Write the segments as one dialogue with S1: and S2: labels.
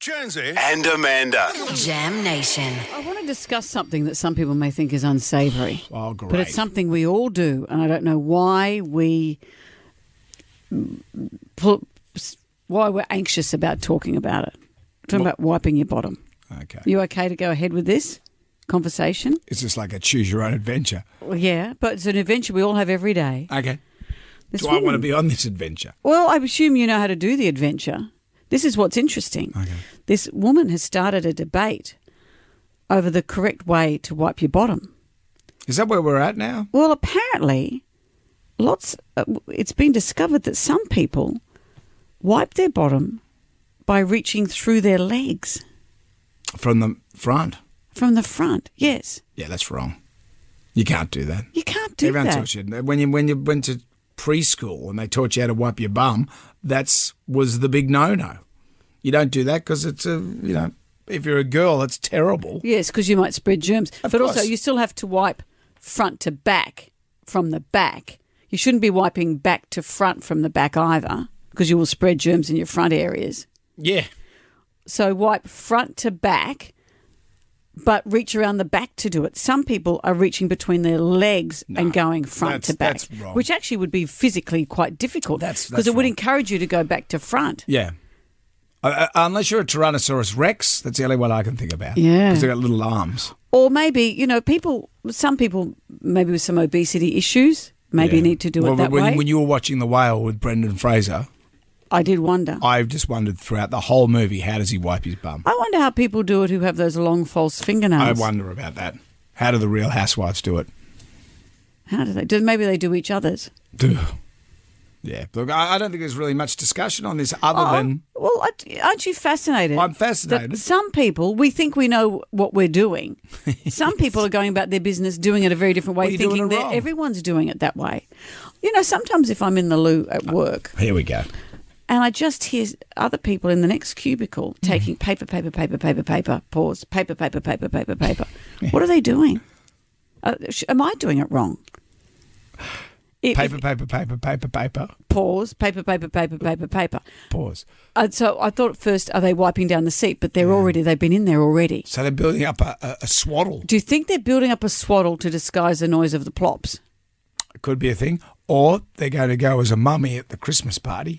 S1: Jonesy.
S2: and Amanda.
S3: Jam Nation.
S4: I want to discuss something that some people may think is unsavoury,
S1: Oh, great.
S4: but it's something we all do, and I don't know why we pl- why we're anxious about talking about it. Talking about wiping your bottom.
S1: okay.
S4: You okay to go ahead with this conversation?
S1: It's just like a choose your own adventure.
S4: Well, yeah, but it's an adventure we all have every day.
S1: Okay.
S4: This
S1: Do I want to
S4: woman-
S1: be on this adventure?
S4: Well, I assume you know how to do the adventure. This is what's interesting. This woman has started a debate over the correct way to wipe your bottom.
S1: Is that where we're at now?
S4: Well, apparently, lots. Uh, it's been discovered that some people wipe their bottom by reaching through their legs
S1: From the front?
S4: from the front. Yes,
S1: Yeah, that's wrong. You can't do that.
S4: you can't do
S1: Everyone
S4: that.
S1: taught you when you when you went to preschool and they taught you how to wipe your bum. That's was the big no-no. You don't do that because it's a you know if you're a girl, it's terrible.
S4: Yes, because you might spread germs.
S1: Of
S4: but also,
S1: course.
S4: you still have to wipe front to back from the back. You shouldn't be wiping back to front from the back either, because you will spread germs in your front areas.
S1: Yeah,
S4: So wipe front to back, but reach around the back to do it. Some people are reaching between their legs and going front
S1: that's-
S4: to back,
S1: that's wrong.
S4: which actually would be physically quite difficult
S1: That's-
S4: because
S1: that's
S4: it would
S1: wrong.
S4: encourage you to go back to front.
S1: yeah. Uh, uh, unless you're a Tyrannosaurus Rex, that's the only one I can think about.
S4: Yeah.
S1: because they got little arms.
S4: Or maybe, you know, people, some people, maybe with some obesity issues, maybe
S1: Yeah.
S4: need to do
S1: Well,
S4: it that
S1: when,
S4: way.
S1: When you were watching The Whale with Brendan Fraser,
S4: I did wonder. I,
S1: I've just wondered throughout the whole movie how does he wipe his bum?
S4: wonder how people do it who have those long false fingernails.
S1: I wonder about that. How do the Real Housewives do it?
S4: How do they do? Maybe they do each other's.
S1: Yeah, look, I, I don't think there's really much discussion on this other than
S4: Oh, Well, aren't- aren't you fascinated?
S1: I'm fascinated.
S4: that some people, we think we know what we're doing. Some people are going about their business doing it a very different way,
S1: Well, you're doing
S4: thinking
S1: it
S4: that
S1: wrong.
S4: everyone's doing it that way. You know, sometimes if I'm in the loo
S1: Uh,
S4: at work
S1: here we go.
S4: and I just hear other people in the next cubicle
S1: Mm-hmm.
S4: taking paper, paper, paper, paper, paper, pause, paper, paper, paper, paper, paper. What are they doing? Uh, sh- am I doing it wrong? If-
S1: Paper, paper, paper, paper, paper.
S4: pause, paper, paper, paper, paper, paper.
S1: Pause.
S4: And so I thought at first, are they wiping down the seat? But they're already, they've been in there already.
S1: So they're building up a, a, a swaddle.
S4: Do you think they're building up a swaddle to disguise the noise of the plops?
S1: It could be a thing, or they're going to go as a mummy at the Christmas party.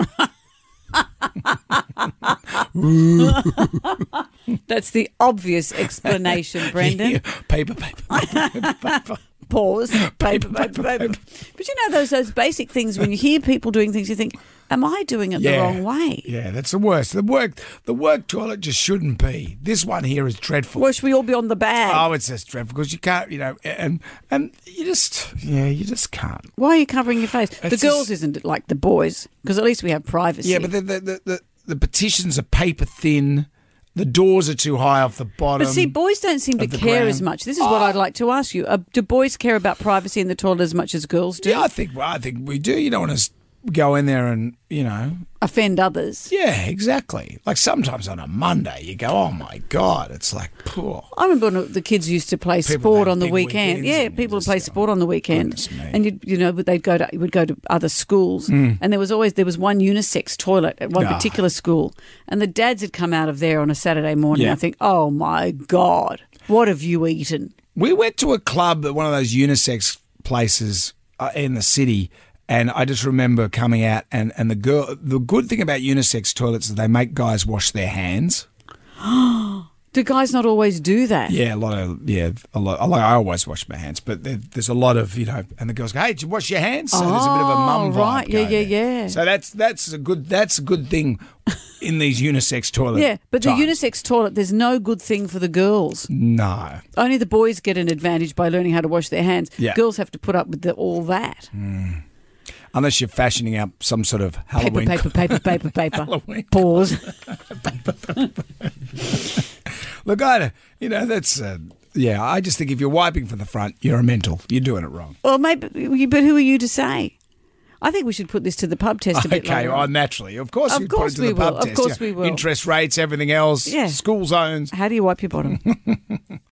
S4: That's the obvious explanation, Brendan.
S1: Yeah, paper, paper, paper, paper.
S4: Pause. Paper, paper,
S1: paper,
S4: paper.
S1: paper.
S4: But you know those those basic things when you hear people doing things, you think, "Am I doing it the
S1: Yeah.
S4: wrong way?"
S1: Yeah, that's the worst. The work, the work toilet just shouldn't be. This one here is dreadful.
S4: Well, should we all be on the bag?
S1: Oh, it's just dreadful because you can't, you know, and and you just, yeah, you just can't.
S4: Why are you covering your face? The
S1: It's
S4: girls
S1: just-
S4: isn't like the boys because at least we have privacy.
S1: Yeah, but the the, the, the the petitions are paper thin. The doors are too high off the bottom.
S4: But see, boys don't seem
S1: um,
S4: to
S1: of the
S4: care
S1: ground.
S4: as much. This is what I'd like to ask you: uh, Do boys care about privacy in the toilet as much as girls do?
S1: yeah, I think well, I think we do. You don't want to go in there and you know.
S4: Offend others.
S1: Yeah, exactly. Like sometimes on a Monday, you go, oh my god, it's like poor.
S4: I remember when the kids used to play
S1: People
S4: sport
S1: had
S4: on the
S1: big
S4: weekend.
S1: weekends
S4: Yeah,
S1: and you
S4: people would
S1: just
S4: play
S1: go,
S4: sport on the weekend,
S1: "Goodness me." Hmm.
S4: and you you know, but they'd go to would go to other schools, and there was always there was one unisex toilet at one
S1: Ah.
S4: particular school, and the dads had come out of there on a Saturday morning.
S1: Yeah.
S4: I think, oh my god, what have you eaten?
S1: We went to a club at one of those unisex places uh, in the city, and I just remember coming out and and the girl. The good thing about unisex toilets is they make guys wash their hands.
S4: Do guys not always do that?
S1: Yeah, a lot of yeah, a lot. I Like I always wash my hands, but there, there's a lot of you know, and the girls go, "Hey, did you wash your hands?" So there's a bit of a mum
S4: Oh,
S1: vibe.
S4: right. Yeah,
S1: going
S4: yeah,
S1: there.
S4: yeah.
S1: So that's that's a good that's a good thing in these unisex toilets.
S4: Yeah, but the unisex toilet, there's no good thing for the girls.
S1: Hmm. No,
S4: Only the boys get an advantage by learning how to wash their hands.
S1: Yeah. Hmm.
S4: Girls have to put up with the, all that.
S1: unless you're fashioning up some sort of
S4: Paper,
S1: Halloween.
S4: paper, paper, paper, paper.
S1: Halloween.
S4: Pause.
S1: Look, I you know that's uh, yeah. I just think if you're wiping from the front, you're a mental. You're doing it wrong.
S4: Well, maybe, but who are you to say? I think we should put this to the pub test a bit
S1: Okay,
S4: later.
S1: I
S4: on.
S1: naturally, of course,
S4: Of
S1: you
S4: course
S1: put
S4: we
S1: it to the pub
S4: will. Of
S1: test.
S4: course we will.
S1: Interest rates, everything else,
S4: Yeah.
S1: school zones.
S4: How do you wipe your bottom?